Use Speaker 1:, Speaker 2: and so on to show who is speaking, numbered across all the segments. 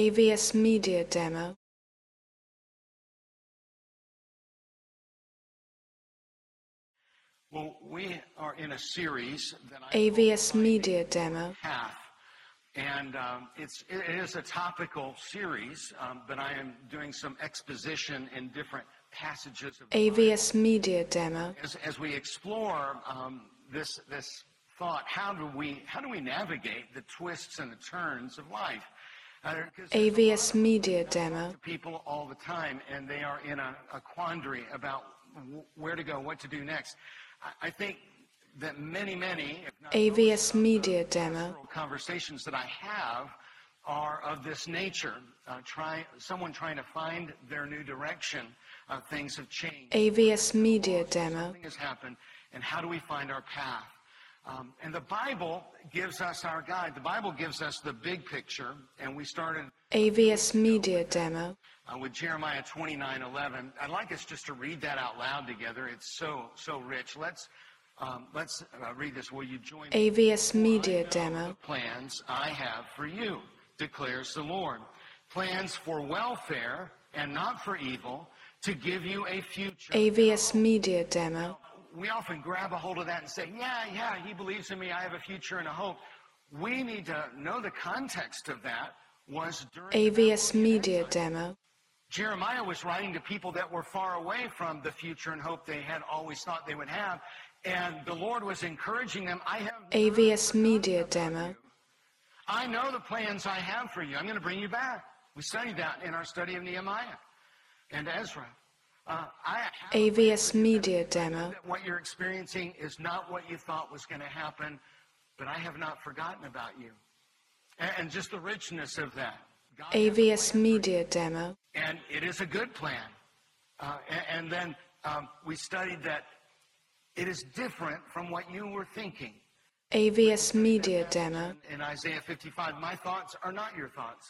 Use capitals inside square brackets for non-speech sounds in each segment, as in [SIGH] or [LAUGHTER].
Speaker 1: avs media demo
Speaker 2: Well, we are in a series that I
Speaker 1: avs media demo
Speaker 2: half, and um, it's it is a topical series, um, but I am doing some exposition in different passages of
Speaker 1: avs media demo
Speaker 2: as, as we explore um, this this thought. How do we how do we navigate the twists and the turns of life? Uh, 'cause
Speaker 1: avs media demo
Speaker 2: to people all the time, and they are in a, a quandary about w- where to go, what to do next. I, I think that many, many, if not
Speaker 1: avs media demo
Speaker 2: several conversations that I have are of this nature. Uh, try someone trying to find their new direction. Uh, things have changed.
Speaker 1: avs media demo
Speaker 2: Something has happened, and how do we find our path? Um, and the Bible gives us our guide. The Bible gives us the big picture, and we started
Speaker 1: avs media demo
Speaker 2: uh, with Jeremiah 29 11. I'd like us just to read that out loud together. It's so, so rich. Let's, um, let's uh, read this. Will you join me?
Speaker 1: avs media
Speaker 2: The
Speaker 1: demo
Speaker 2: plans I have for you, declares the Lord. Plans for welfare and not for evil, to give you a future.
Speaker 1: avs media demo
Speaker 2: we often grab a hold of that and say, yeah, yeah, he believes in me. I have a future and a hope. We need to know the context of that was during the
Speaker 1: avs media demo
Speaker 2: Jeremiah was writing to people that were far away from the future and hope they had always thought they would have. And the Lord was encouraging them, I have
Speaker 1: avs media demo
Speaker 2: I know the plans I have for you. I'm going to bring you back. We studied that in our study of Nehemiah and Ezra. Uh, I have a plan
Speaker 1: avs media demo
Speaker 2: that what you're experiencing is not what you thought was going to happen, but I have not forgotten about you. And, and just the richness of that. God has
Speaker 1: avs media demo
Speaker 2: and it is a good plan. Uh, a- and, then um, we studied that it is different from what you were thinking.
Speaker 1: avs media demo
Speaker 2: In Isaiah 55, my thoughts are not your thoughts.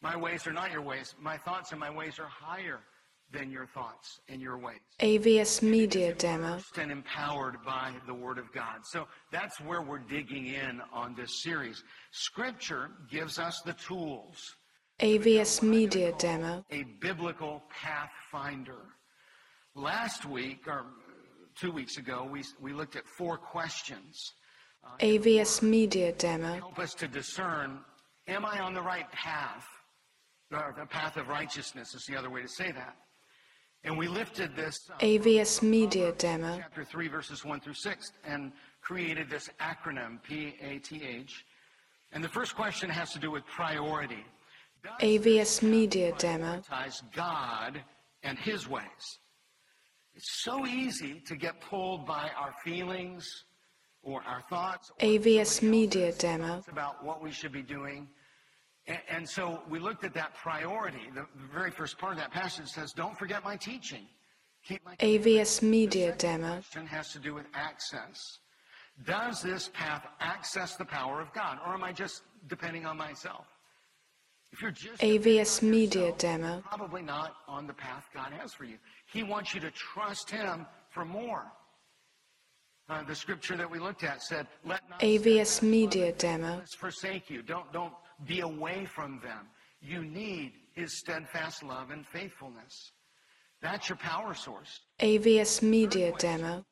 Speaker 2: My ways are not your ways. My thoughts and my ways are higher than your thoughts and your ways.
Speaker 1: avs media demo
Speaker 2: Immersed And empowered by the Word of God. So that's where we're digging in on this series. Scripture gives us the tools.
Speaker 1: avs media demo
Speaker 2: a biblical pathfinder. Last week, or two weeks ago, we, we looked at four questions.
Speaker 1: avs media demo
Speaker 2: Help us to discern am I on the right path? Or the path of righteousness is the other way to say that. And we lifted this uh,
Speaker 1: avs media demo
Speaker 2: chapter 3, verses 1 through 6, and created this acronym, P A T H. And the first question has to do with priority. Does
Speaker 1: avs media demo
Speaker 2: prioritize God and His ways. It's so easy to get pulled by our feelings or our thoughts or
Speaker 1: avs media demo
Speaker 2: about what we should be doing. And, and so we looked at that priority. The, the very first part of that passage says, Don't forget my teaching. Keep my
Speaker 1: avs media demo
Speaker 2: question has to do with access. Does this path access the power of God, or am I just depending on myself? If you're just
Speaker 1: avs media
Speaker 2: you're
Speaker 1: demo
Speaker 2: probably not on the path God has for you. He wants you to trust Him for more. Uh, the scripture that we looked at said, "Let not
Speaker 1: avs media demo
Speaker 2: steadfast forsake you. Don't don't be away from them. You need His steadfast love and faithfulness. That's your power source."
Speaker 1: avs media demo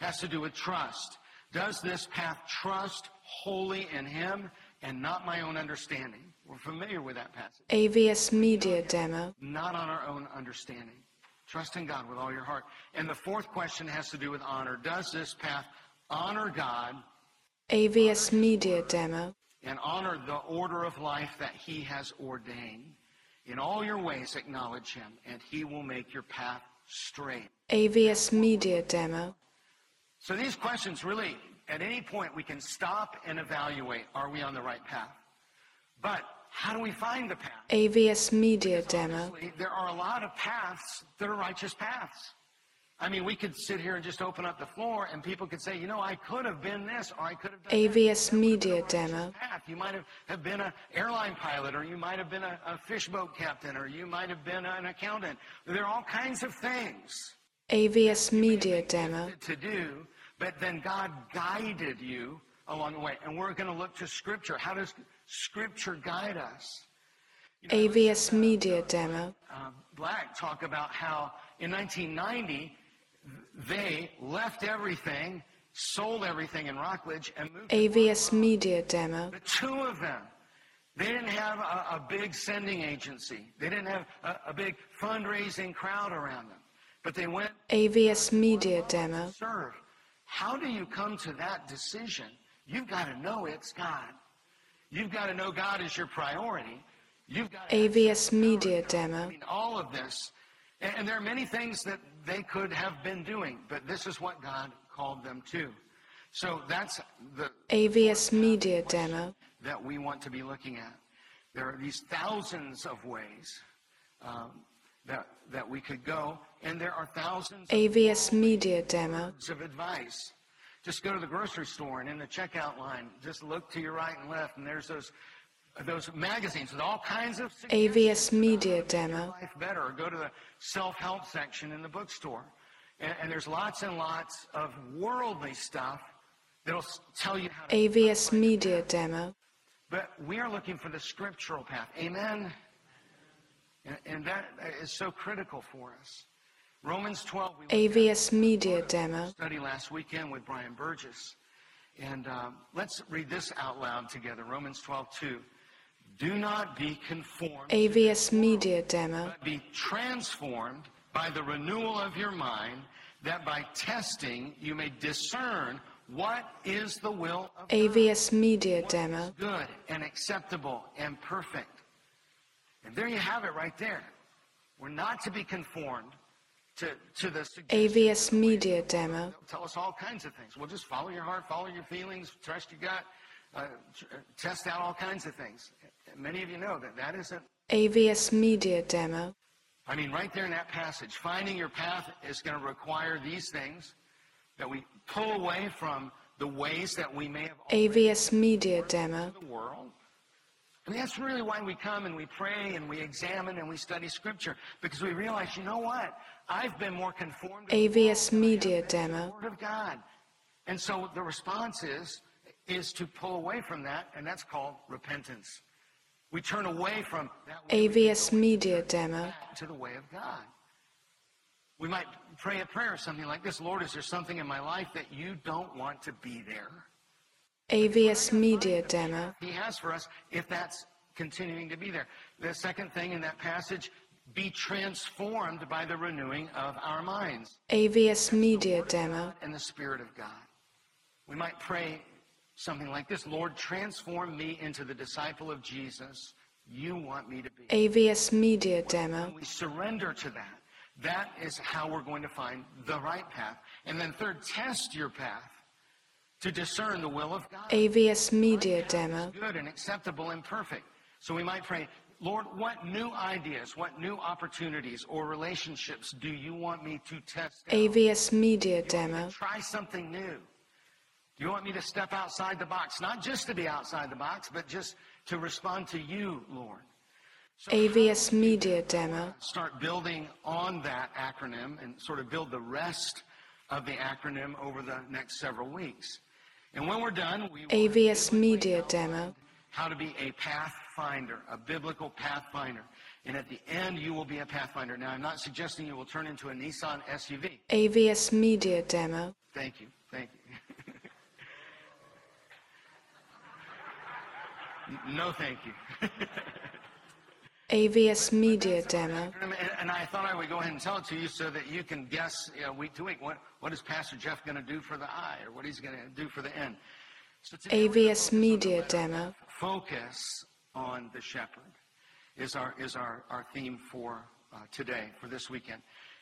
Speaker 2: has to do with trust. Does this path trust wholly in Him and not my own understanding? We're familiar with that passage.
Speaker 1: avs media demo
Speaker 2: Not on our own understanding. Trust in God with all your heart. And the fourth question has to do with honor. Does this path honor God
Speaker 1: avs media demo
Speaker 2: and honor the order of life that He has ordained? In all your ways, acknowledge Him, and He will make your path straight.
Speaker 1: avs media demo
Speaker 2: So these questions really, at any point, we can stop and evaluate, are we on the right path? But how do we find the path?
Speaker 1: avs media demo
Speaker 2: Honestly, There are a lot of paths that are righteous paths. I mean, we could sit here and just open up the floor and people could say, you know, I could have been this or I could have done that.
Speaker 1: avs media demo
Speaker 2: path. You might have, have been an airline pilot, or you might have been a, a fishboat captain, or you might have been an accountant. There are all kinds of things
Speaker 1: avs media demo
Speaker 2: to do, but then God guided you along the way. And we're going to look to Scripture. How does Scripture guide us?
Speaker 1: AVS Media Demo,
Speaker 2: uh, Black talk about how in 1990 they left everything, sold everything in Rockledge, and moved.
Speaker 1: AVS Media Demo,
Speaker 2: The two of them, they didn't have a, a big sending agency. They didn't have a, a big fundraising crowd around them. But they went
Speaker 1: AVS Media Demo,
Speaker 2: serve. How do you come to that decision? You've got to know it's God. You've got to know God is your priority. You've got to
Speaker 1: AVS Media Demo,
Speaker 2: I mean, all of this. And, and there are many things that they could have been doing, but this is what God called them to. So that's the
Speaker 1: AVS Media Demo,
Speaker 2: that we want to be looking at. There are these thousands of ways um, that that we could go, and there are thousands
Speaker 1: AVS Media Demo,
Speaker 2: of advice. Just go to the grocery store and in the checkout line, just look to your right and left, and there's those those magazines with all kinds of
Speaker 1: AVS Media Demo,
Speaker 2: life better, or go to the self-help section in the bookstore. And, and there's lots and lots of worldly stuff that'll s- tell you how to.
Speaker 1: AVS Media Demo,
Speaker 2: But we are looking for the scriptural path. Amen? And, and that is so critical for us. Romans 12, we
Speaker 1: AVS Media Demo,
Speaker 2: study last weekend with Brian Burgess. And um, let's read this out loud together Romans 12, 2. Do not be conformed,
Speaker 1: AVS Media Demo,
Speaker 2: but be transformed by the renewal of your mind, that by testing you may discern what is the will of
Speaker 1: AVS Media Demo,
Speaker 2: good and acceptable and perfect. And there you have it right there. We're not to be conformed to, to the
Speaker 1: AVS Media Demo,
Speaker 2: Tell us all kinds of things. Well, just follow your heart, follow your feelings, trust your gut, uh, tr- uh, test out all kinds of things. And Many of you know that that isn't.
Speaker 1: AVS Media Demo,
Speaker 2: I mean, right there in that passage, finding your path is going to require these things that we pull away from the ways that we may have
Speaker 1: AVS Media Demo,
Speaker 2: the world. And that's really why we come and we pray and we examine and we study Scripture because we realize, you know what? I've been more conformed to
Speaker 1: AVS Media
Speaker 2: the
Speaker 1: Demo,
Speaker 2: Word of God. And so the response is, is to pull away from that, and that's called repentance. We turn away from that way
Speaker 1: AVS Media Demo,
Speaker 2: back to the way of God. We might pray a prayer or something like this Lord, is there something in my life that you don't want to be there?
Speaker 1: AVS Media Demo,
Speaker 2: he has for us if that's continuing to be there. The second thing in that passage, be transformed by the renewing of our minds
Speaker 1: AVS Media Demo,
Speaker 2: and the Spirit of God. We might pray something like this Lord, transform me into the disciple of Jesus you want me to be.
Speaker 1: AVS Media Demo,
Speaker 2: We surrender to that. That is how we're going to find the right path. And then, third, test your path to discern the will of God.
Speaker 1: AVS Media Demo,
Speaker 2: good and acceptable and perfect. So we might pray, Lord, what new ideas, what new opportunities or relationships do you want me to test? out?
Speaker 1: AVS Media Demo,
Speaker 2: Try something new. Do you want me to step outside the box? Not just to be outside the box, but just to respond to you, Lord.
Speaker 1: AVS Media Demo,
Speaker 2: Start building on that acronym and sort of build the rest of the acronym over the next several weeks. And when we're done, we will
Speaker 1: AVS Media Demo,
Speaker 2: how to be a pathfinder, a biblical pathfinder. And at the end, you will be a pathfinder. Now, I'm not suggesting you will turn into a Nissan SUV.
Speaker 1: AVS Media Demo,
Speaker 2: Thank you. Thank you. [LAUGHS] N- no, thank you.
Speaker 1: AVS Media Demo,
Speaker 2: and, and I thought I would go ahead and tell it to you so that you can guess you know, week to week what, what is Pastor Jeff going to do for the I or what he's going to do for the N. So today we're gonna
Speaker 1: AVS Media Demo,
Speaker 2: focus on the shepherd is our is our, our theme for uh, today for this weekend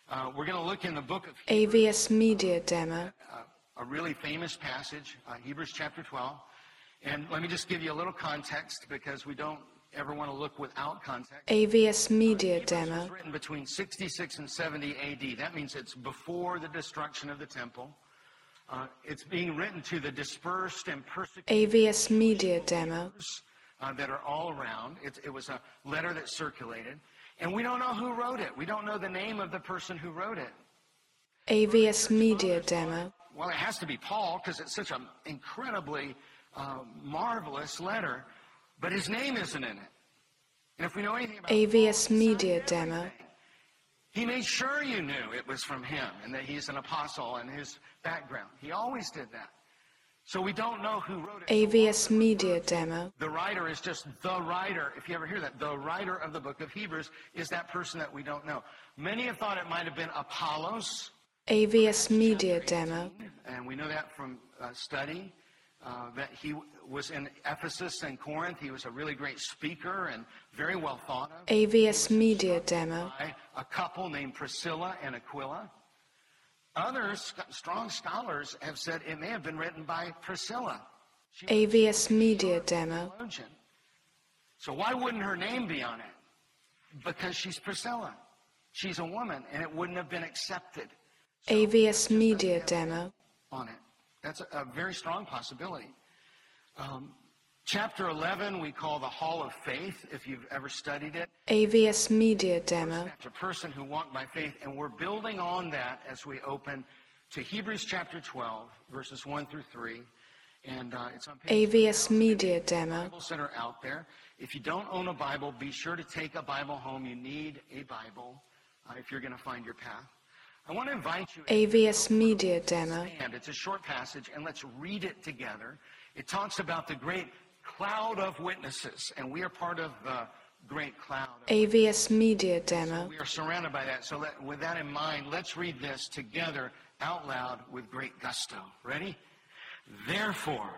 Speaker 2: uh, we're going to look in the book of
Speaker 1: AVS Media Demo,
Speaker 2: uh, a really famous passage uh, hebrews chapter 12 and let me just give you a little context because we don't ever want to look without context
Speaker 1: AVS Media
Speaker 2: it's
Speaker 1: Demo,
Speaker 2: written between 66 and 70 AD. That means it's before the destruction of the temple. Uh, it's being written to the dispersed and persecuted.
Speaker 1: AVS Media Demo,
Speaker 2: uh, that are all around. It, it was a letter that circulated. And we don't know who wrote it. We don't know the name of the person who wrote it.
Speaker 1: AVS Media Demo,
Speaker 2: Well, it has to be Paul because it's such um, an incredibly uh, marvelous letter, but his name isn't in it. And if we know anything about
Speaker 1: AVS Media Demo,
Speaker 2: He made sure you knew it was from him and that he's an apostle and his background. He always did that. So we don't know who wrote it.
Speaker 1: AVS Media Demo,
Speaker 2: The writer is just the writer. If you ever hear that, the writer of the book of Hebrews is that person that we don't know. Many have thought it might have been Apollos,
Speaker 1: AVS Media Demo,
Speaker 2: and we know that from uh, study uh, that he w- was in Ephesus and Corinth. He was a really great speaker and very well thought of
Speaker 1: AVS Media Demo,
Speaker 2: by a couple named Priscilla and Aquila. Others, sc- strong scholars, have said it may have been written by Priscilla,
Speaker 1: AVS Media Demo,
Speaker 2: theologian. So why wouldn't her name be on it? Because she's Priscilla. She's a woman, and it wouldn't have been accepted
Speaker 1: AVS Media Demo,
Speaker 2: on it. That's a, a very strong possibility. Um, chapter 11, we call the Hall of Faith, if you've ever studied it.
Speaker 1: AVS Media Demo,
Speaker 2: It's a person who walked by faith, and we're building on that as we open to Hebrews chapter 12, verses 1 through 3. And uh, it's on page
Speaker 1: AVS Media Demo,
Speaker 2: Bibles that are out there. If you don't own a Bible, be sure to take a Bible home. You need a Bible uh, if you're going to find your path. I want to invite you.
Speaker 1: AVS Media Demo,
Speaker 2: And it's a short passage, and let's read it together. It talks about the great cloud of witnesses, and we are part of the great cloud.
Speaker 1: AVS Media Demo,
Speaker 2: We are surrounded by that. So, let, with that in mind, let's read this together out loud with great gusto. Ready? Therefore,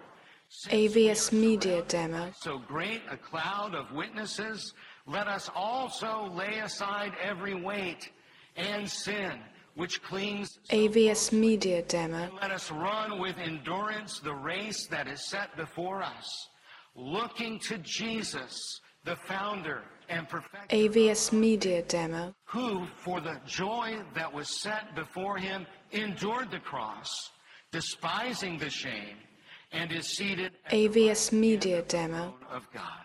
Speaker 2: since we are
Speaker 1: AVS Media
Speaker 2: surrounded
Speaker 1: Demo,
Speaker 2: so great a cloud of witnesses, let us also lay aside every weight and sin which clings.
Speaker 1: AVS Media Demo,
Speaker 2: Let us run with endurance the race that is set before us, looking to Jesus, the founder and perfecter,
Speaker 1: AVS Media Demo,
Speaker 2: who, for the joy that was set before him, endured the cross, despising the shame, and is seated at the
Speaker 1: AVS Media Demo,
Speaker 2: throne of God.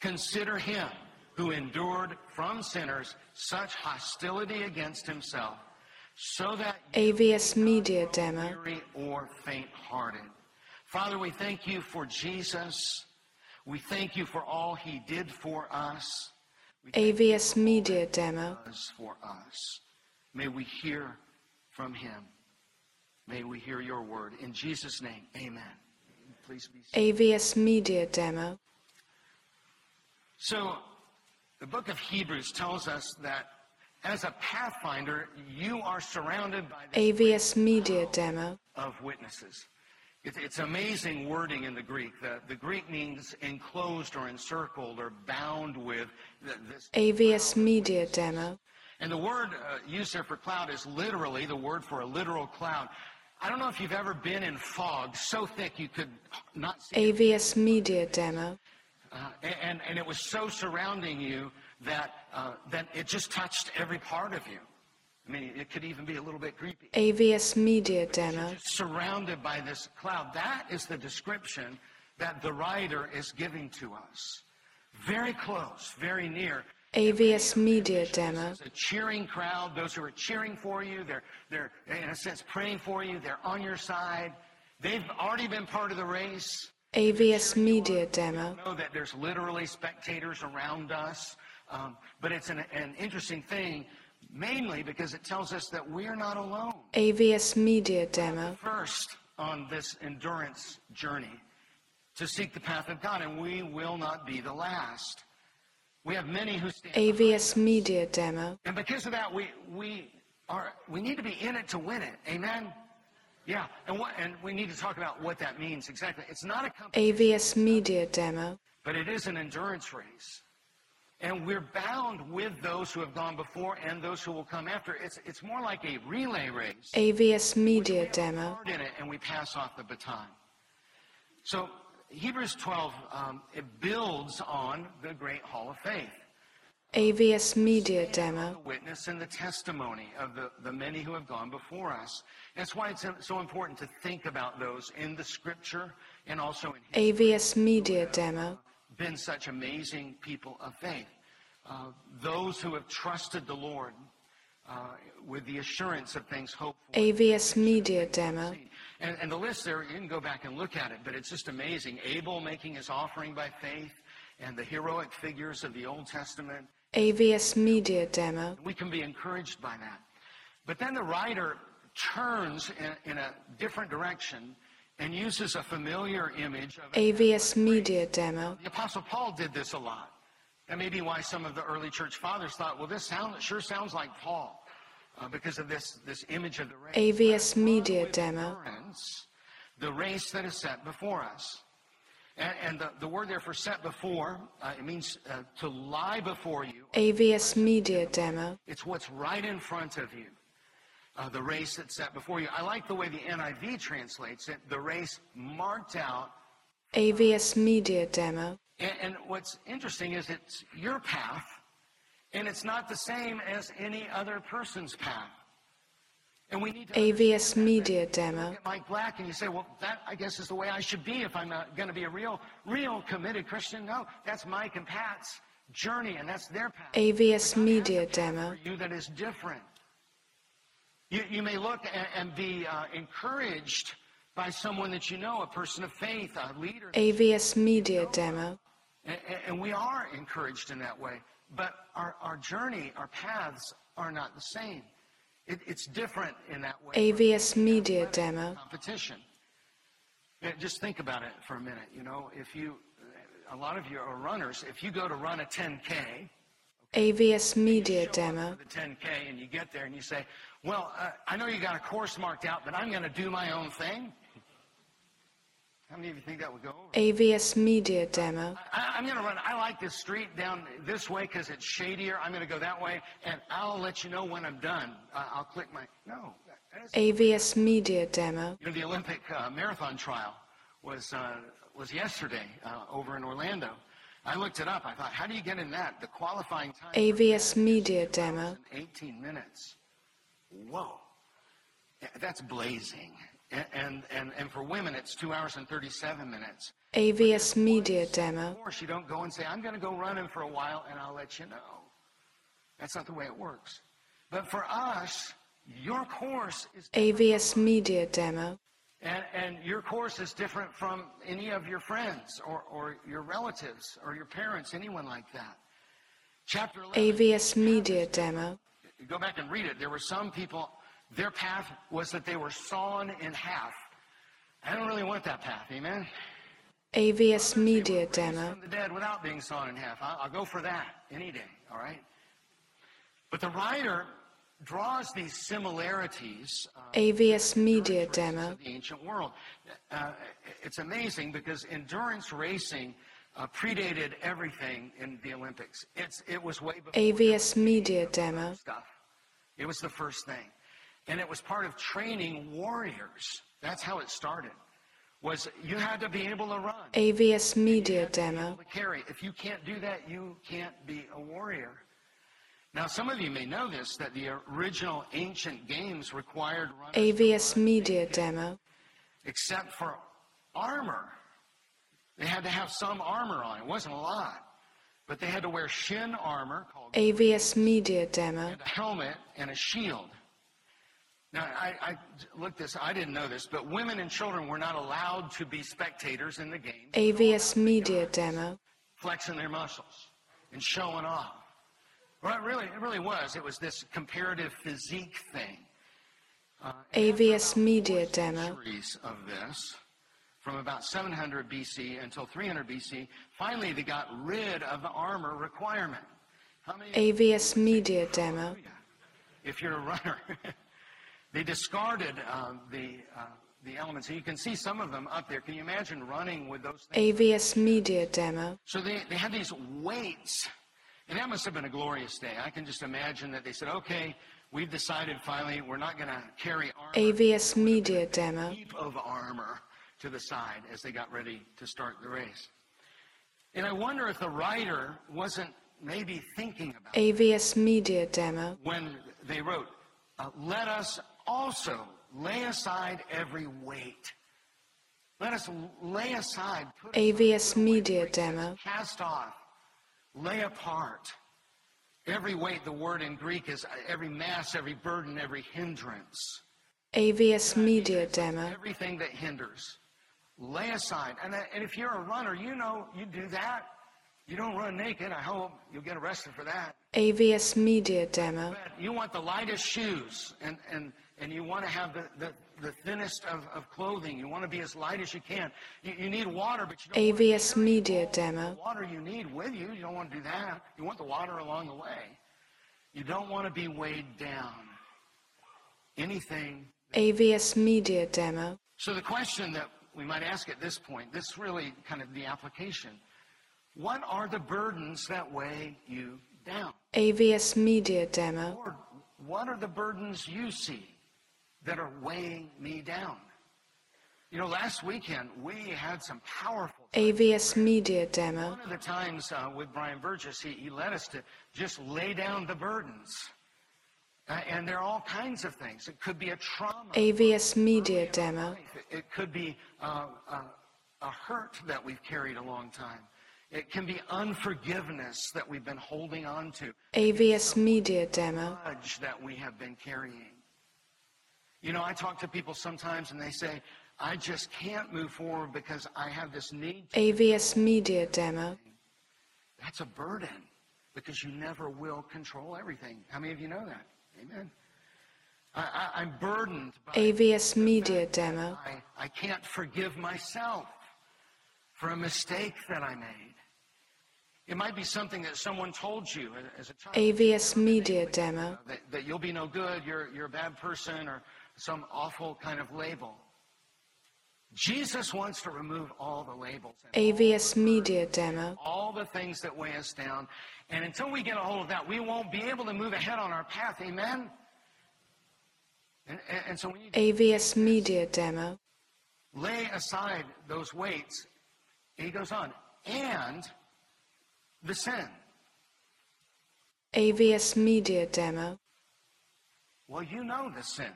Speaker 2: Consider him who endured from sinners such hostility against himself, so that
Speaker 1: AVS Media Demo,
Speaker 2: weary or faint hearted. Father, we thank you for Jesus. We thank you for all he did for us,
Speaker 1: AVS Media Demo,
Speaker 2: does for us. May we hear from him. May we hear your word. In Jesus' name, amen. Please be seated.
Speaker 1: AVS Media Demo,
Speaker 2: So, the book of Hebrews tells us that as a pathfinder, you are surrounded by the
Speaker 1: AVS Media Demo,
Speaker 2: of witnesses. It, it's amazing wording in the Greek. The, the Greek means enclosed or encircled or bound with. Th- This.
Speaker 1: AVS Media Demo,
Speaker 2: And the word uh, used there for cloud is literally the word for a literal cloud. I don't know if you've ever been in fog so thick you could not see.
Speaker 1: AVS Media Demo,
Speaker 2: Uh, and, and it was so surrounding you that, uh, that it just touched every part of you. I mean, it could even be a little bit creepy.
Speaker 1: AVS Media Demo,
Speaker 2: surrounded by this cloud. That is the description that the writer is giving to us. Very close, very near.
Speaker 1: AVS Media Demo,
Speaker 2: It's a cheering crowd. Those who are cheering for you, they're, they're in a sense praying for you. They're on your side. They've already been part of the race.
Speaker 1: AVS Media Demo,
Speaker 2: know that there's literally spectators around us, um, but it's an, an interesting thing, mainly because it tells us that we're not alone.
Speaker 1: AVS Media Demo,
Speaker 2: first on this endurance journey to seek the path of God, and we will not be the last. We have many who stand.
Speaker 1: AVS Media Demo,
Speaker 2: And because of that, we, we, are, we need to be in it to win it. Amen? Yeah. And, what, and we need to talk about what that means exactly. It's not a company,
Speaker 1: AVS Media Demo,
Speaker 2: but it is an endurance race. And we're bound with those who have gone before and those who will come after. It's, it's more like a relay race.
Speaker 1: AVS Media Demo,
Speaker 2: part in it and we pass off the baton. So Hebrews 12, um, it builds on the great hall of faith,
Speaker 1: AVS Media Demo,
Speaker 2: the witness and the testimony of the, the many who have gone before us. That's why it's so important to think about those in the scripture and also in history.
Speaker 1: AVS Media Demo,
Speaker 2: been such amazing people of faith. Uh, those who have trusted the Lord uh, with the assurance of things hoped for.
Speaker 1: AVS Media Demo,
Speaker 2: And, and the list there, you can go back and look at it, but it's just amazing. Abel making his offering by faith, and the heroic figures of the Old Testament.
Speaker 1: AVS Media Demo,
Speaker 2: We can be encouraged by that. But then the writer turns in, in a different direction and uses a familiar image of
Speaker 1: AVS Media Demo,
Speaker 2: The Apostle Paul did this a lot. That may be why some of the early church fathers thought, well, this sound, sure sounds like Paul uh, because of this, this image of the race.
Speaker 1: AVS Media Demo,
Speaker 2: Endurance, the race that is set before us. And, and the, the word there for set before, uh, it means uh, to lie before you.
Speaker 1: AVS Media Demo,
Speaker 2: It's what's right in front of you, uh, the race that's set before you. I like the way the NIV translates it, the race marked out
Speaker 1: AVS Media Demo,
Speaker 2: And, and what's interesting is it's your path, and it's not the same as any other person's path. And we need to.
Speaker 1: AVS Media Demo,
Speaker 2: Get Mike Black, and you say, "Well, that I guess is the way I should be if I'm not going to be a real, real committed Christian." No, that's Mike and Pat's journey, and that's their path.
Speaker 1: AVS Media Demo,
Speaker 2: for you that is different. You, you may look and, and be uh, encouraged by someone that you know, a person of faith, a leader.
Speaker 1: AVS Media Demo,
Speaker 2: And, and we are encouraged in that way. But our, our journey, our paths are not the same. It, it's different in that way.
Speaker 1: AVS Media Demo,
Speaker 2: Competition. Yeah, just think about it for a minute. You know, if you, a lot of you are runners. If you go to run a 10K,
Speaker 1: AVS Media
Speaker 2: show up
Speaker 1: Demo,
Speaker 2: for the 10K, and you get there and you say, Well, uh, I know you got a course marked out, but I'm going to do my own thing. How many of you think that would go over?
Speaker 1: AVS Media Demo,
Speaker 2: I, I'm going to run. I like this street down this way because it's shadier. I'm going to go that way, and I'll let you know when I'm done. Uh, I'll click my. No. that is-
Speaker 1: AVS Media Demo,
Speaker 2: You know, the Olympic uh, marathon trial was, uh, was yesterday uh, over in Orlando. I looked it up. I thought, how do you get in that? The qualifying time. for
Speaker 1: AVS Media Demo,
Speaker 2: in 18 minutes. Whoa. Yeah, That's blazing. And, and, and, and for women, it's two hours and 37 minutes.
Speaker 1: AVS Media Demo,
Speaker 2: Of course, you don't go and say, I'm going to go running for a while and I'll let you know. That's not the way it works. But for us, your course is
Speaker 1: AVS Media Demo,
Speaker 2: and, and your course is different from any of your friends or, or your relatives or your parents, anyone like that. Chapter 11,
Speaker 1: AVS Media Demo,
Speaker 2: you go back and read it. There were some people, their path was that they were sawn in half. I don't really want that path, amen?
Speaker 1: AVS Media Demo,
Speaker 2: from the dead without being sawn in half. I'll, I'll go for that any day, all right? But the writer draws these similarities uh,
Speaker 1: AVS Media
Speaker 2: races
Speaker 1: Demo,
Speaker 2: of the ancient world. Uh, it's amazing because endurance racing uh, predated everything in the Olympics. It's, it was way before
Speaker 1: AVS Media Demo,
Speaker 2: stuff. It was the first thing. And it was part of training warriors. That's how it started. Was you had to be able to run
Speaker 1: AVS Media Demo,
Speaker 2: to carry. If you can't do that, you can't be a warrior. Now, some of you may know this that the original ancient games required runners,
Speaker 1: AVS Media Demo,
Speaker 2: except for armor. They had to have some armor on. It wasn't a lot, but they had to wear shin armor called
Speaker 1: AVS Media Demo,
Speaker 2: a helmet and a shield. Now, I, I looked this. I didn't know this, but women and children were not allowed to be spectators in the game,
Speaker 1: AVS Media Demo,
Speaker 2: flexing their muscles and showing off. Well, it really, it really was. It was this comparative physique thing.
Speaker 1: AVS Media Demo,
Speaker 2: Centuries of this, from about 700 BC until 300 BC, finally they got rid of the armor requirement. How many?
Speaker 1: AVS Media Demo,
Speaker 2: if you're a runner. [LAUGHS] they discarded um, the, uh, the elements. And you can see some of them up there. Can you imagine running with those things?
Speaker 1: AVS Media Demo,
Speaker 2: So they, they had these weights. And that must have been a glorious day. I can just imagine that they said, okay, we've decided finally we're not going to carry armor,
Speaker 1: AVS Media Demo,
Speaker 2: heap of armor to the side as they got ready to start the race. And I wonder if the writer wasn't maybe thinking about
Speaker 1: AVS Media Demo,
Speaker 2: when they wrote, uh, Let us also lay aside every weight. Let us lay aside, put
Speaker 1: AVS
Speaker 2: aside,
Speaker 1: Media Demo,
Speaker 2: cast off, lay apart. Every weight, the word in Greek is uh, every mass, every burden, every hindrance,
Speaker 1: AVS Media Demo,
Speaker 2: everything that uh, hinders. Lay aside. And, that- and if you're a runner, you know you do that. You don't run naked. I hope you'll get arrested for that.
Speaker 1: AVS Media Demo,
Speaker 2: But you want the lightest shoes and, and, and you want to have the, the, the thinnest of, of clothing. You want to be as light as you can. You, you need water, but you don't want
Speaker 1: AVS Media Demo,
Speaker 2: the water you need with you. You don't want to do that. You want the water along the way. You don't want to be weighed down. Anything.
Speaker 1: AVS Media Demo,
Speaker 2: So the question that we might ask at this point, this really kind of the application. What are the burdens that weigh you down?
Speaker 1: AVS Media Demo,
Speaker 2: Lord, what are the burdens you see that are weighing me down? You know, last weekend we had some powerful.
Speaker 1: AVS Media Demo,
Speaker 2: One of the times uh, with Brian Burgess, he, he led us to just lay down the burdens. Uh, and there are all kinds of things. It could be a trauma.
Speaker 1: AVS Media Demo,
Speaker 2: It- It could be uh, a, a hurt that we've carried a long time. It can be unforgiveness that we've been holding on to.
Speaker 1: AVS Media Demo,
Speaker 2: grudge that we have been carrying. You know, I talk to people sometimes and they say, I just can't move forward because I have this need.
Speaker 1: AVS Media Demo,
Speaker 2: That's a burden because you never will control everything. How many of you know that? Amen. I, I, I'm burdened by
Speaker 1: AVS Media Demo,
Speaker 2: I, I can't forgive myself for a mistake that I made. It might be something that someone told you as a child.
Speaker 1: AVS Media Demo,
Speaker 2: that, that you'll be no good, you're, you're a bad person, or some awful kind of label. Jesus wants to remove all the labels, and
Speaker 1: AVS Media Demo,
Speaker 2: all the things that weigh us down. And until we get a hold of that, we won't be able to move ahead on our path. Amen? And, and, and so we need to
Speaker 1: AVS Media Demo,
Speaker 2: lay aside those weights. And he goes on, and the sin.
Speaker 1: AVS Media Demo,
Speaker 2: Well, you know the sin.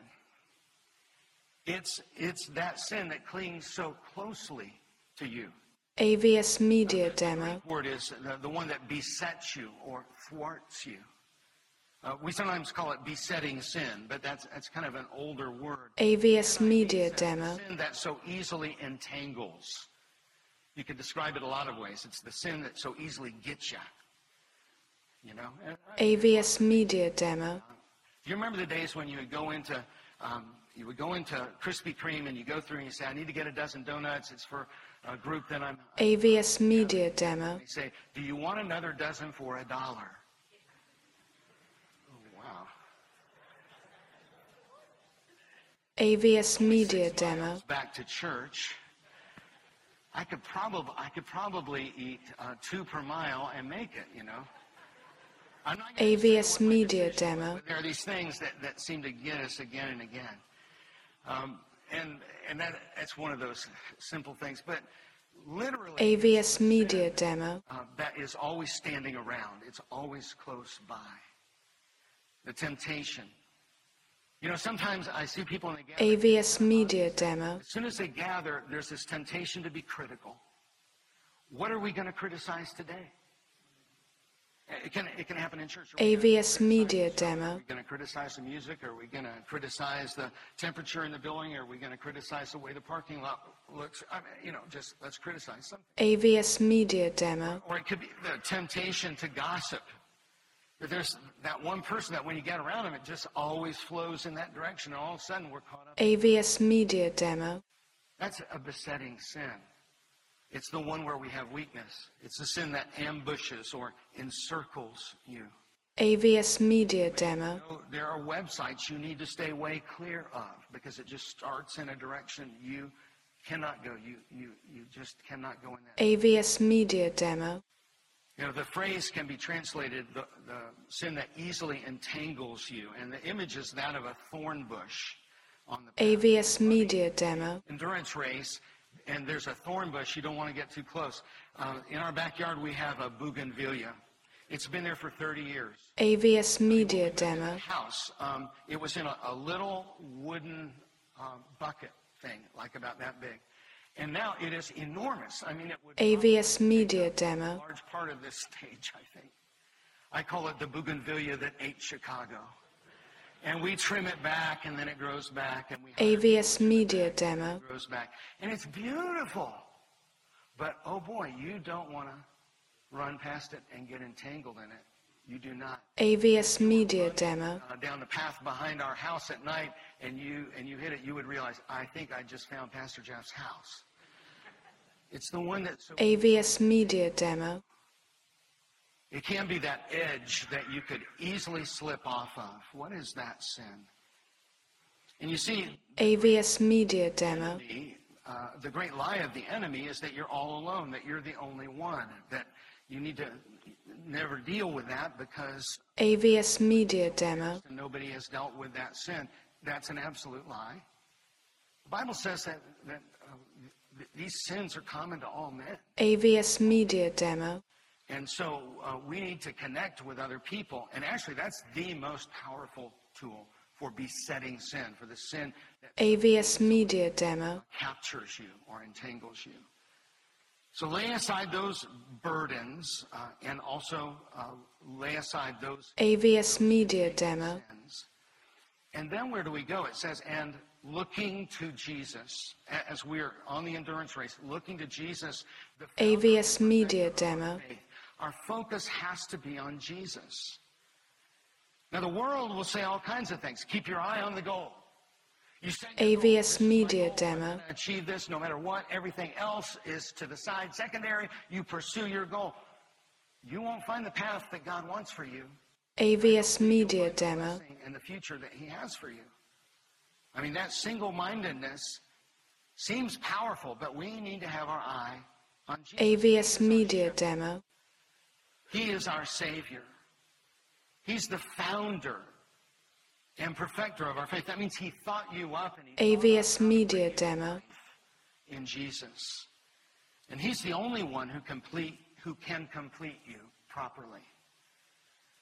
Speaker 2: It's, it's that sin that clings so closely to you.
Speaker 1: AVS Media Demo,
Speaker 2: Word is the, the one that besets you or thwarts you. Uh, we sometimes call it besetting sin, but that's, that's kind of an older word.
Speaker 1: AVS Media Demo,
Speaker 2: Sin that so easily entangles. You could describe it a lot of ways. It's the sin that so easily gets you. You know? And I-
Speaker 1: AVS Media Demo,
Speaker 2: Do you remember the days when you would go into um, you would go into Krispy Kreme and you go through and you say, "I need to get a dozen donuts. It's for a group that I'm."
Speaker 1: AVS Media Demo,
Speaker 2: They say, "Do you want another dozen for a dollar?" Oh wow!
Speaker 1: AVS Media Demo,
Speaker 2: Back to church. I could probably I could probably eat uh, two per mile and make it. You know. I'm not gonna say
Speaker 1: AVS
Speaker 2: what my
Speaker 1: Media
Speaker 2: decision was,
Speaker 1: Demo,
Speaker 2: but There are these things that, that seem to get us again and again. Um, and and that, that's one of those simple things. But literally,
Speaker 1: AVS Media Demo,
Speaker 2: uh, that is always standing around, it's always close by. The temptation. You know, sometimes I see people in the gather.
Speaker 1: AVS Media Demo,
Speaker 2: As soon as they gather, there's this temptation to be critical. What are we going to criticize today? It can, it can happen in church. Are we gonna
Speaker 1: AVS Media Demo,
Speaker 2: Are we going to criticize the music? Are we going to criticize the temperature in the building? Are we going to criticize the way the parking lot looks? I mean, you know, just let's criticize something.
Speaker 1: AVS Media Demo,
Speaker 2: Or it could be the temptation to gossip. That There's that one person that when you get around them, it just always flows in that direction, and all of a sudden we're caught up.
Speaker 1: AVS Media Demo,
Speaker 2: That's a besetting sin. It's the one where we have weakness. It's the sin that ambushes or encircles you.
Speaker 1: AVS Media Demo,
Speaker 2: know, there are websites you need to stay way clear of because it just starts in a direction you cannot go. You, you, you just cannot go in that.
Speaker 1: AVS Media Demo,
Speaker 2: You know, the phrase can be translated the, the sin that easily entangles you, and the image is that of a thorn bush on the
Speaker 1: AVS Media Demo,
Speaker 2: endurance race, and there's a thorn bush. You don't want to get too close. Uh, in our backyard, we have a bougainvillea. It's been there for 30 years.
Speaker 1: AVS Media
Speaker 2: the
Speaker 1: Demo,
Speaker 2: house. Um, it was in a, a little wooden um, bucket thing, like about that big. And now it is enormous. I mean, it would
Speaker 1: AVS Media
Speaker 2: a
Speaker 1: Demo,
Speaker 2: large part of this stage, I think. I call it the bougainvillea that ate Chicago. And we trim it back, and then it grows back, and we
Speaker 1: AVS Media Demo,
Speaker 2: it grows back. And it's beautiful. But oh boy, you don't want to run past it and get entangled in it. You do not.
Speaker 1: AVS Media Demo,
Speaker 2: Uh, down the path behind our house at night and you, and you hit it, you would realize, I think I just found Pastor Jeff's house. It's the one that's so
Speaker 1: AVS Media Demo,
Speaker 2: It can be that edge that you could easily slip off of. What is that sin? And you see,
Speaker 1: AVS Media Demo,
Speaker 2: the, uh, the great lie of the enemy is that you're all alone, that you're the only one, that you need to never deal with that because
Speaker 1: AVS Media Demo,
Speaker 2: nobody has dealt with that sin. That's an absolute lie. The Bible says that, that uh, th- these sins are common to all men.
Speaker 1: AVS Media Demo,
Speaker 2: And so uh, we need to connect with other people. And actually, that's the most powerful tool for besetting sin, for the sin that
Speaker 1: AVS Media Demo,
Speaker 2: captures you or entangles you. So lay aside those burdens uh, and also uh, lay aside those
Speaker 1: AVS Media Demo,
Speaker 2: sins. And then where do we go? It says, and looking to Jesus, A- as we're on the endurance race, looking to Jesus, the
Speaker 1: AVS Media Demo,
Speaker 2: faith. Our focus has to be on Jesus. Now, the world will say all kinds of things. Keep your eye on the goal. You say,
Speaker 1: AVS Media Demo,
Speaker 2: achieve this no matter what. Everything else is to the side, secondary. You pursue your goal. You won't find the path that God wants for you
Speaker 1: AVS Media Demo,
Speaker 2: in the future that He has for you. I mean, that single mindedness seems powerful, but we need to have our eye on Jesus.
Speaker 1: AVS Media Demo,
Speaker 2: He is our Savior. He's the founder and perfecter of our faith. That means He thought you up and he
Speaker 1: AVS Media Demo,
Speaker 2: in Jesus. And He's the only one who complete who can complete you properly.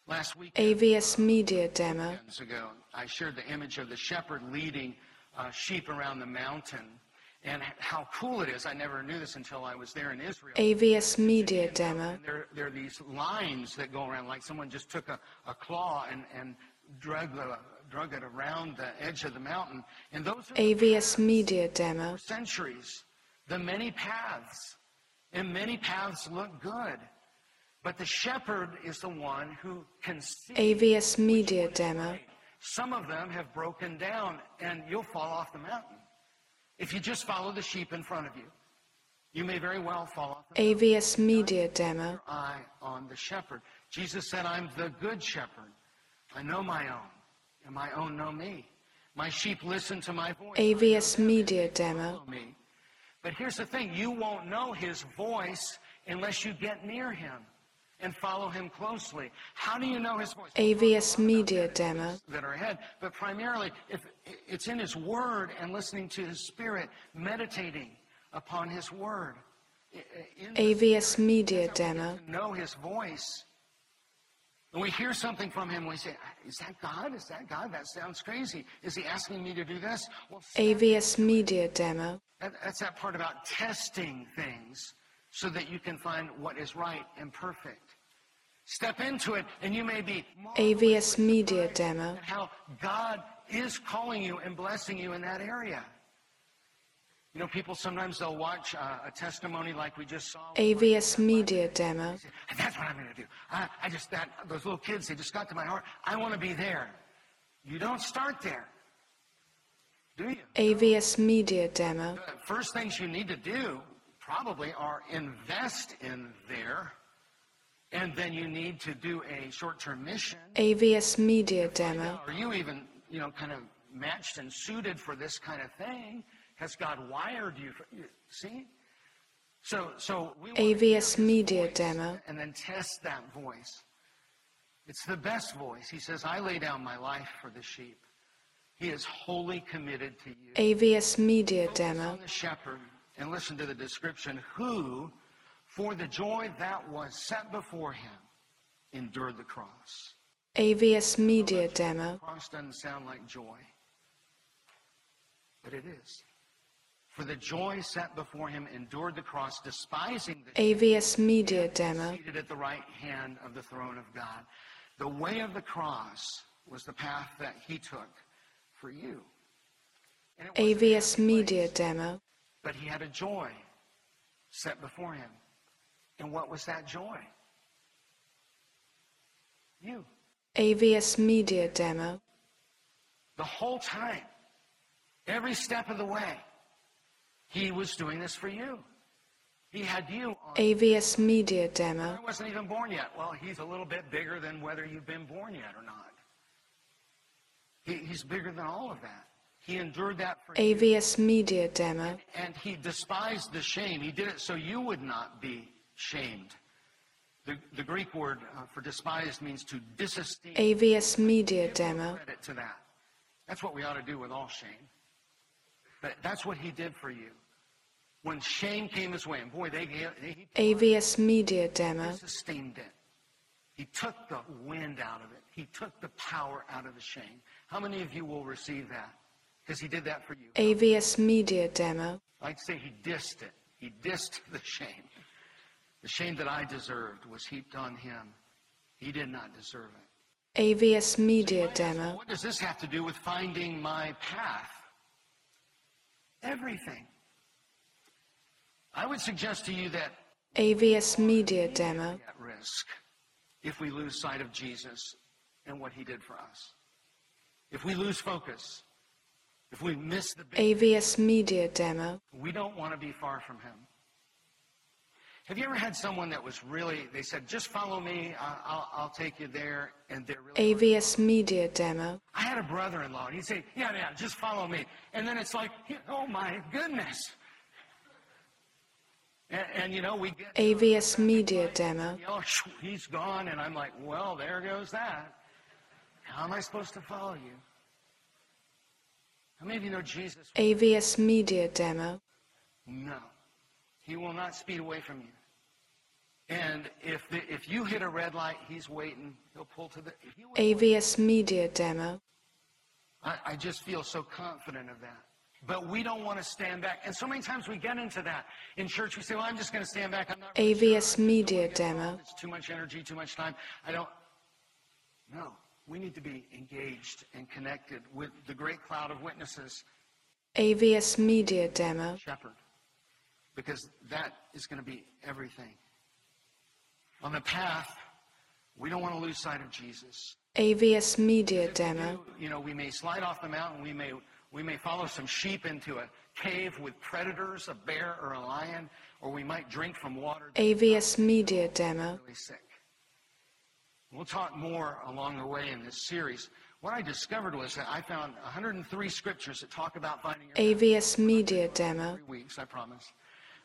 Speaker 2: Last week,
Speaker 1: AVS Media Demo,
Speaker 2: weekends ago, I shared the image of the shepherd leading uh, sheep around the mountain, and how cool it is. I never knew this until I was there in Israel.
Speaker 1: AVS Media Demo,
Speaker 2: And there, there are these lines that go around, like someone just took a, a claw and, and drug, the, drug it around the edge of the mountain. And those are
Speaker 1: AVS Media Demo,
Speaker 2: for centuries, the many paths. And many paths look good. But the shepherd is the one who can see.
Speaker 1: AVS Media Demo,
Speaker 2: Some of them have broken down, and you'll fall off the mountain. If you just follow the sheep in front of you, you may very well fall off the
Speaker 1: AVS Media Demo,
Speaker 2: eye on the shepherd. Jesus said, I'm the good shepherd. I know my own, and my own know me. My sheep listen to my voice.
Speaker 1: AVS Media Demo,
Speaker 2: Follow me. But here's the thing you won't know his voice unless you get near him and follow him closely. How do you know his voice?
Speaker 1: AVS Media Demo,
Speaker 2: that are ahead, but primarily if it's in His Word and listening to His Spirit, meditating upon His Word. I- I- In
Speaker 1: AVS Media Demo,
Speaker 2: to know His voice. When we hear something from Him, we say, "Is that God? Is that God? That sounds crazy. Is He asking me to do this?" Well,
Speaker 1: AVS Media Demo,
Speaker 2: that, that's that part about testing things so that you can find what is right and perfect. Step into it, and you may be
Speaker 1: AVS Media Demo,
Speaker 2: and how God is calling you and blessing you in that area. You know, people sometimes they'll watch uh, a testimony like we just saw.
Speaker 1: AVS Media Demo,
Speaker 2: And that's what I'm going to do. I, I just that those little kids they just got to my heart. I want to be there. You don't start there, do you?
Speaker 1: AVS Media Demo,
Speaker 2: The first things you need to do probably are invest in there, and then you need to do a short-term mission.
Speaker 1: AVS Media Demo,
Speaker 2: Are you even, you know, kind of matched and suited for this kind of thing? Has God wired you? For, you see? So, so we want to hear
Speaker 1: AVS
Speaker 2: his
Speaker 1: Media
Speaker 2: voice
Speaker 1: Demo,
Speaker 2: and then test that voice. It's the best voice. He says, "I lay down my life for the sheep." He is wholly committed to you.
Speaker 1: AVS Media Demo,
Speaker 2: On the shepherd, and listen to the description: Who, for the joy that was set before him, endured the cross.
Speaker 1: AVS Media Demo,
Speaker 2: Cross doesn't sound like joy, but it is. For the joy set before him endured the cross, despising the
Speaker 1: AVS Media Demo,
Speaker 2: seated at the right hand of the throne of God. The way of the cross was the path that he took for you. And it wasn't
Speaker 1: AVS
Speaker 2: his
Speaker 1: Media
Speaker 2: place,
Speaker 1: Demo,
Speaker 2: But he had a joy set before him. And what was that joy? You.
Speaker 1: AVS Media Demo,
Speaker 2: The whole time, every step of the way, he was doing this for you. He had you on.
Speaker 1: AVS Media Demo,
Speaker 2: I wasn't even born yet. Well, he's a little bit bigger than whether you've been born yet or not. He, he's bigger than all of that. He endured that for you,
Speaker 1: AVS Media Demo,
Speaker 2: and he despised the shame. He did it so you would not be shamed. The, the Greek word uh, for despised means to disesteem.
Speaker 1: AVS Media Demo,
Speaker 2: credit to that. That's what we ought to do with all shame. But that's what he did for you. When shame came his way, and boy, they, gave- he
Speaker 1: AVS Media Demo,
Speaker 2: sustained it. He took the wind out of it. He took the power out of the shame. How many of you will receive that? Because he did that for you.
Speaker 1: AVS Media Demo,
Speaker 2: I'd say he dissed it. He dissed [LAUGHS] the shame. The shame that I deserved was heaped on him. He did not deserve it.
Speaker 1: AVS Media Demo,
Speaker 2: What does this have to do with finding my path? Everything. I would suggest to you that
Speaker 1: AVS Media Demo,
Speaker 2: at risk if we lose sight of Jesus and what he did for us. If we lose focus, if we miss the big,
Speaker 1: AVS Media Demo,
Speaker 2: we don't want to be far from him. Have you ever had someone that was really, they said, just follow me, I- I'll, I'll take you there, and they're really.
Speaker 1: AVS Media Demo,
Speaker 2: I had a brother-in-law, and he'd say, "Yeah, yeah, just follow me." And then it's like, "Oh my goodness!" And, and you know, we get
Speaker 1: AVS Media Demo,
Speaker 2: you know, [LAUGHS] he's gone, and I'm like, "Well, there goes that." How am I supposed to follow you? How many of you know Jesus?
Speaker 1: AVS Media Demo,
Speaker 2: No, he will not speed away from you. And if the, if you hit a red light, he's waiting. He'll pull to the. He will
Speaker 1: AVS Media Demo,
Speaker 2: I, I just feel so confident of that. But we don't want to stand back. And so many times we get into that. In church, we say, well, I'm just going to stand back. I'm not really sure.
Speaker 1: AVS Media Demo,
Speaker 2: It's too much energy, too much time. I don't. No, we need to be engaged and connected with the great cloud of witnesses,
Speaker 1: AVS Media Demo,
Speaker 2: Shepherd, because that is going to be everything. On the path, we don't want to lose sight of Jesus.
Speaker 1: AVS Media Demo,
Speaker 2: You know, we may slide off the mountain. We may we may follow some sheep into a cave with predators, a bear or a lion, or we might drink from water that's
Speaker 1: AVS Media Demo,
Speaker 2: really sick. We'll talk more along the way in this series. What I discovered was that I found 103 scriptures that talk about finding your
Speaker 1: AVS Media Demo,
Speaker 2: three weeks, I promise.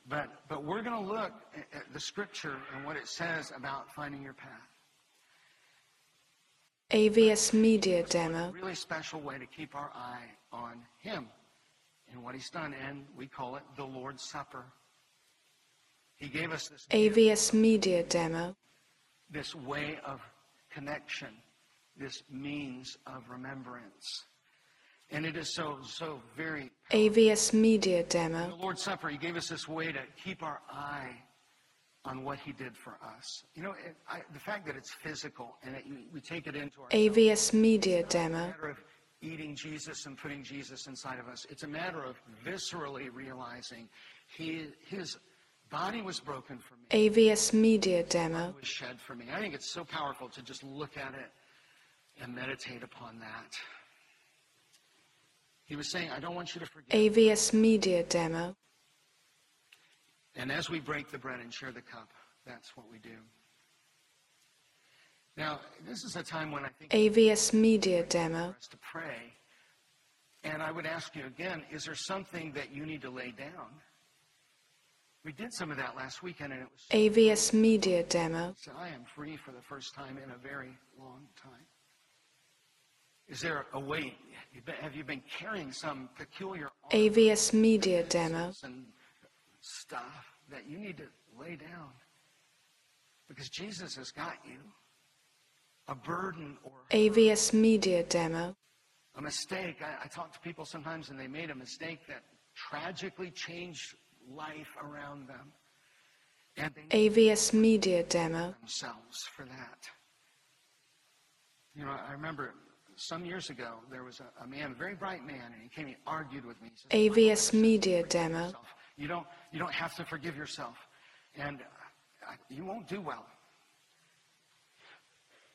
Speaker 2: But, but we're going to look at, at the scripture and what it says about finding your path.
Speaker 1: AVS Media Demo,
Speaker 2: really special way to keep our eye on him and what he's done and we call it the lord's supper he gave us this
Speaker 1: AVS Media Demo,
Speaker 2: this way of connection this means of remembrance and it is so so very
Speaker 1: AVS Media
Speaker 2: the
Speaker 1: Demo,
Speaker 2: lord's supper he gave us this way to keep our eye on what he did for us you know it, I, the fact that it's physical and that you, we take it into our
Speaker 1: AVS Media Demo,
Speaker 2: matter of eating Jesus and putting Jesus inside of us. It's a matter of viscerally realizing he, his body was broken for me,
Speaker 1: AVS Media Demo,
Speaker 2: was shed for me. I think it's so powerful to just look at it and meditate upon that. He was saying, I don't want you to forget.
Speaker 1: AVS Media Demo,
Speaker 2: And as we break the bread and share the cup, that's what we do. Now, this is a time when I think
Speaker 1: AVS Media Demo,
Speaker 2: us to pray. And I would ask you again, is there something that you need to lay down? We did some of that last weekend, and it was
Speaker 1: AVS Media Demo,
Speaker 2: so I am free for the first time in a very long time. Is there a weight? You've been- Have you been carrying some peculiar
Speaker 1: AVS Media Demo,
Speaker 2: and stuff that you need to lay down? Because Jesus has got you. A burden or
Speaker 1: AVS Media Demo,
Speaker 2: a mistake. I, I talk to people sometimes and they made a mistake that tragically changed life around them. And they need
Speaker 1: AVS Media Demo,
Speaker 2: themselves for that. You know, I remember some years ago there was a, a man, a very bright man, and he came and he argued with me. He says,
Speaker 1: AVS Media Demo,
Speaker 2: yourself. You don't you don't have to forgive yourself, and uh, you won't do well.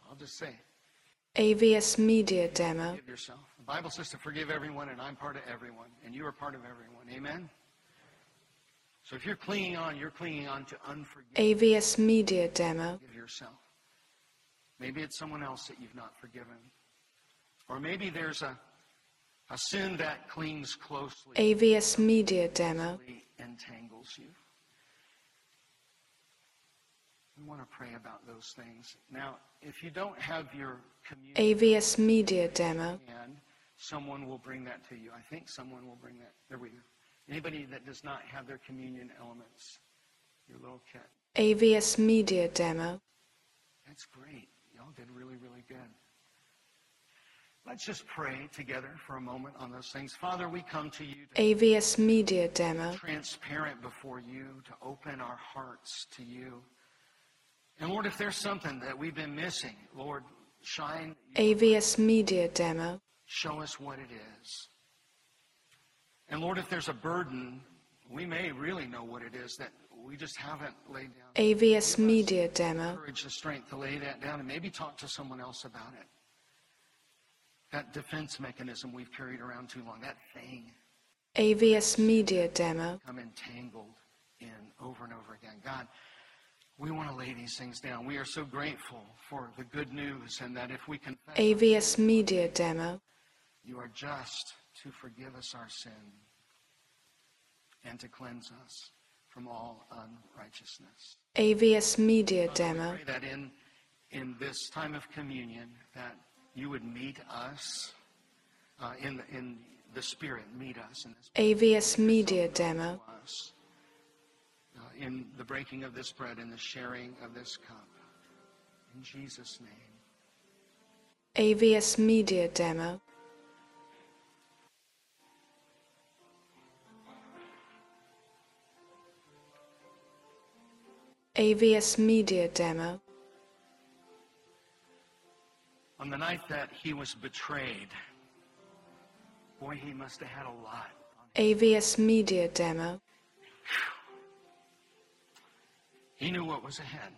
Speaker 2: I'll just say it.
Speaker 1: AVS Media Demo,
Speaker 2: Forgive yourself. The Bible says to forgive everyone, and I'm part of everyone, and you are part of everyone. Amen? So if you're clinging on, you're clinging on to unforgiveness.
Speaker 1: AVS Media Demo,
Speaker 2: Forgive yourself. Maybe it's someone else that you've not forgiven. Or maybe there's a, a sin that clings closely.
Speaker 1: AVS Media Demo,
Speaker 2: really entangles you. We want to pray about those things. Now, if you don't have your communion,
Speaker 1: AVS Media Demo,
Speaker 2: hand, someone will bring that to you. I think someone will bring that. There we go. Anybody that does not have their communion elements, your little kit,
Speaker 1: AVS Media Demo,
Speaker 2: that's great. Y'all did really, really good. Let's just pray together for a moment on those things. Father, we come to you. To
Speaker 1: AVS Media Demo,
Speaker 2: transparent before you, to open our hearts to you. And Lord, if there's something that we've been missing, Lord, shine,
Speaker 1: AVS Media Demo,
Speaker 2: show us what it is. And Lord, if there's a burden, we may really know what it is that we just haven't laid down
Speaker 1: AVS Media Demo,
Speaker 2: courage and strength to lay that down and maybe talk to someone else about it. That defense mechanism we've carried around too long, that thing
Speaker 1: AVS Media Demo,
Speaker 2: become entangled in over and over again. God, we want to lay these things down. We are so grateful for the good news and that if we confess,
Speaker 1: AVS Media Demo,
Speaker 2: you are just to forgive us our sin and to cleanse us from all unrighteousness.
Speaker 1: AVS Media Demo,
Speaker 2: Pray that in, in this time of communion that you would meet us uh, in, the, in the Spirit, meet us in this
Speaker 1: AVS Media Demo,
Speaker 2: us uh, in the breaking of this bread and the sharing of this cup. In Jesus' name.
Speaker 1: AVS Media Demo, AVS Media Demo,
Speaker 2: On the night that he was betrayed, boy, he must have had a lot. on him.
Speaker 1: AVS Media Demo,
Speaker 2: He knew what was ahead.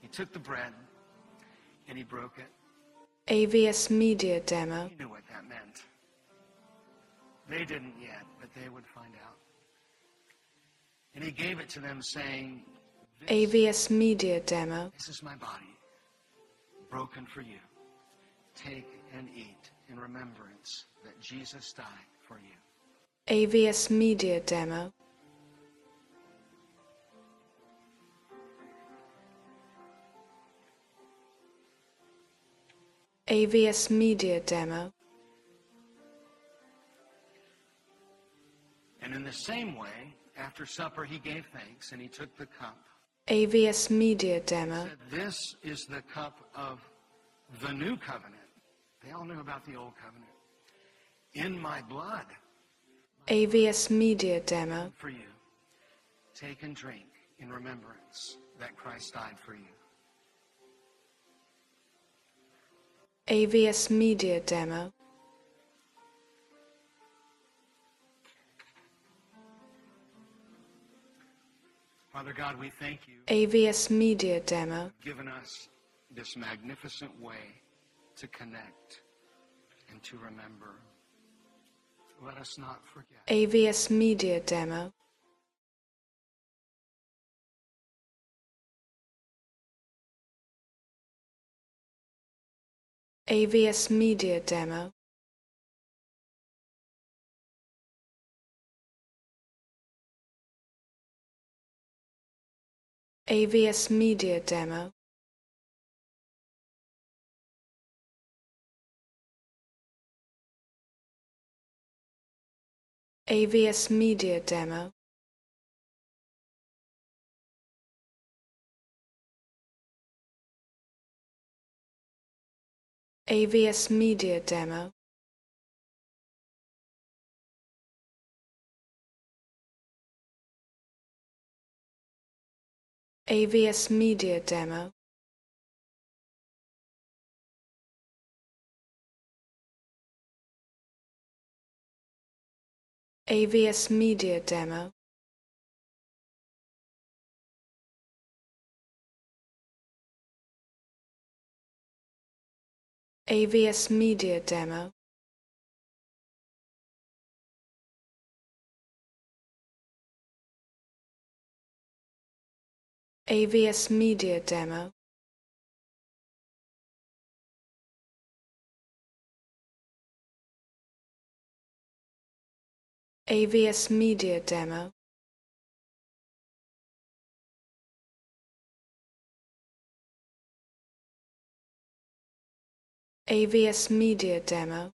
Speaker 2: He took the bread and he broke it.
Speaker 1: AVS Media Demo,
Speaker 2: He knew what that meant. They didn't yet, but they would find out. And he gave it to them, saying, "This
Speaker 1: AVS Media Demo,
Speaker 2: This is my body, broken for you. Take and eat in remembrance that Jesus died for you.
Speaker 1: AVS Media Demo, AVS Media Demo,
Speaker 2: And in the same way, after supper, he gave thanks and he took the cup.
Speaker 1: AVS Media Demo,
Speaker 2: Said, this is the cup of the new covenant. They all knew about the old covenant. In my blood
Speaker 1: AVS Media Demo,
Speaker 2: for you. Take and drink in remembrance that Christ died for you.
Speaker 1: AVS Media Demo,
Speaker 2: Father God, we thank you.
Speaker 1: AVS Media Demo,
Speaker 2: given us this magnificent way to connect and to remember. Let us not forget.
Speaker 1: AVS Media Demo, AVS Media Demo, AVS Media Demo, AVS Media Demo, AVS Media Demo, AVS Media Demo, AVS Media Demo, AVS Media Demo, AVS Media Demo, AVS Media Demo, AVS Media Demo,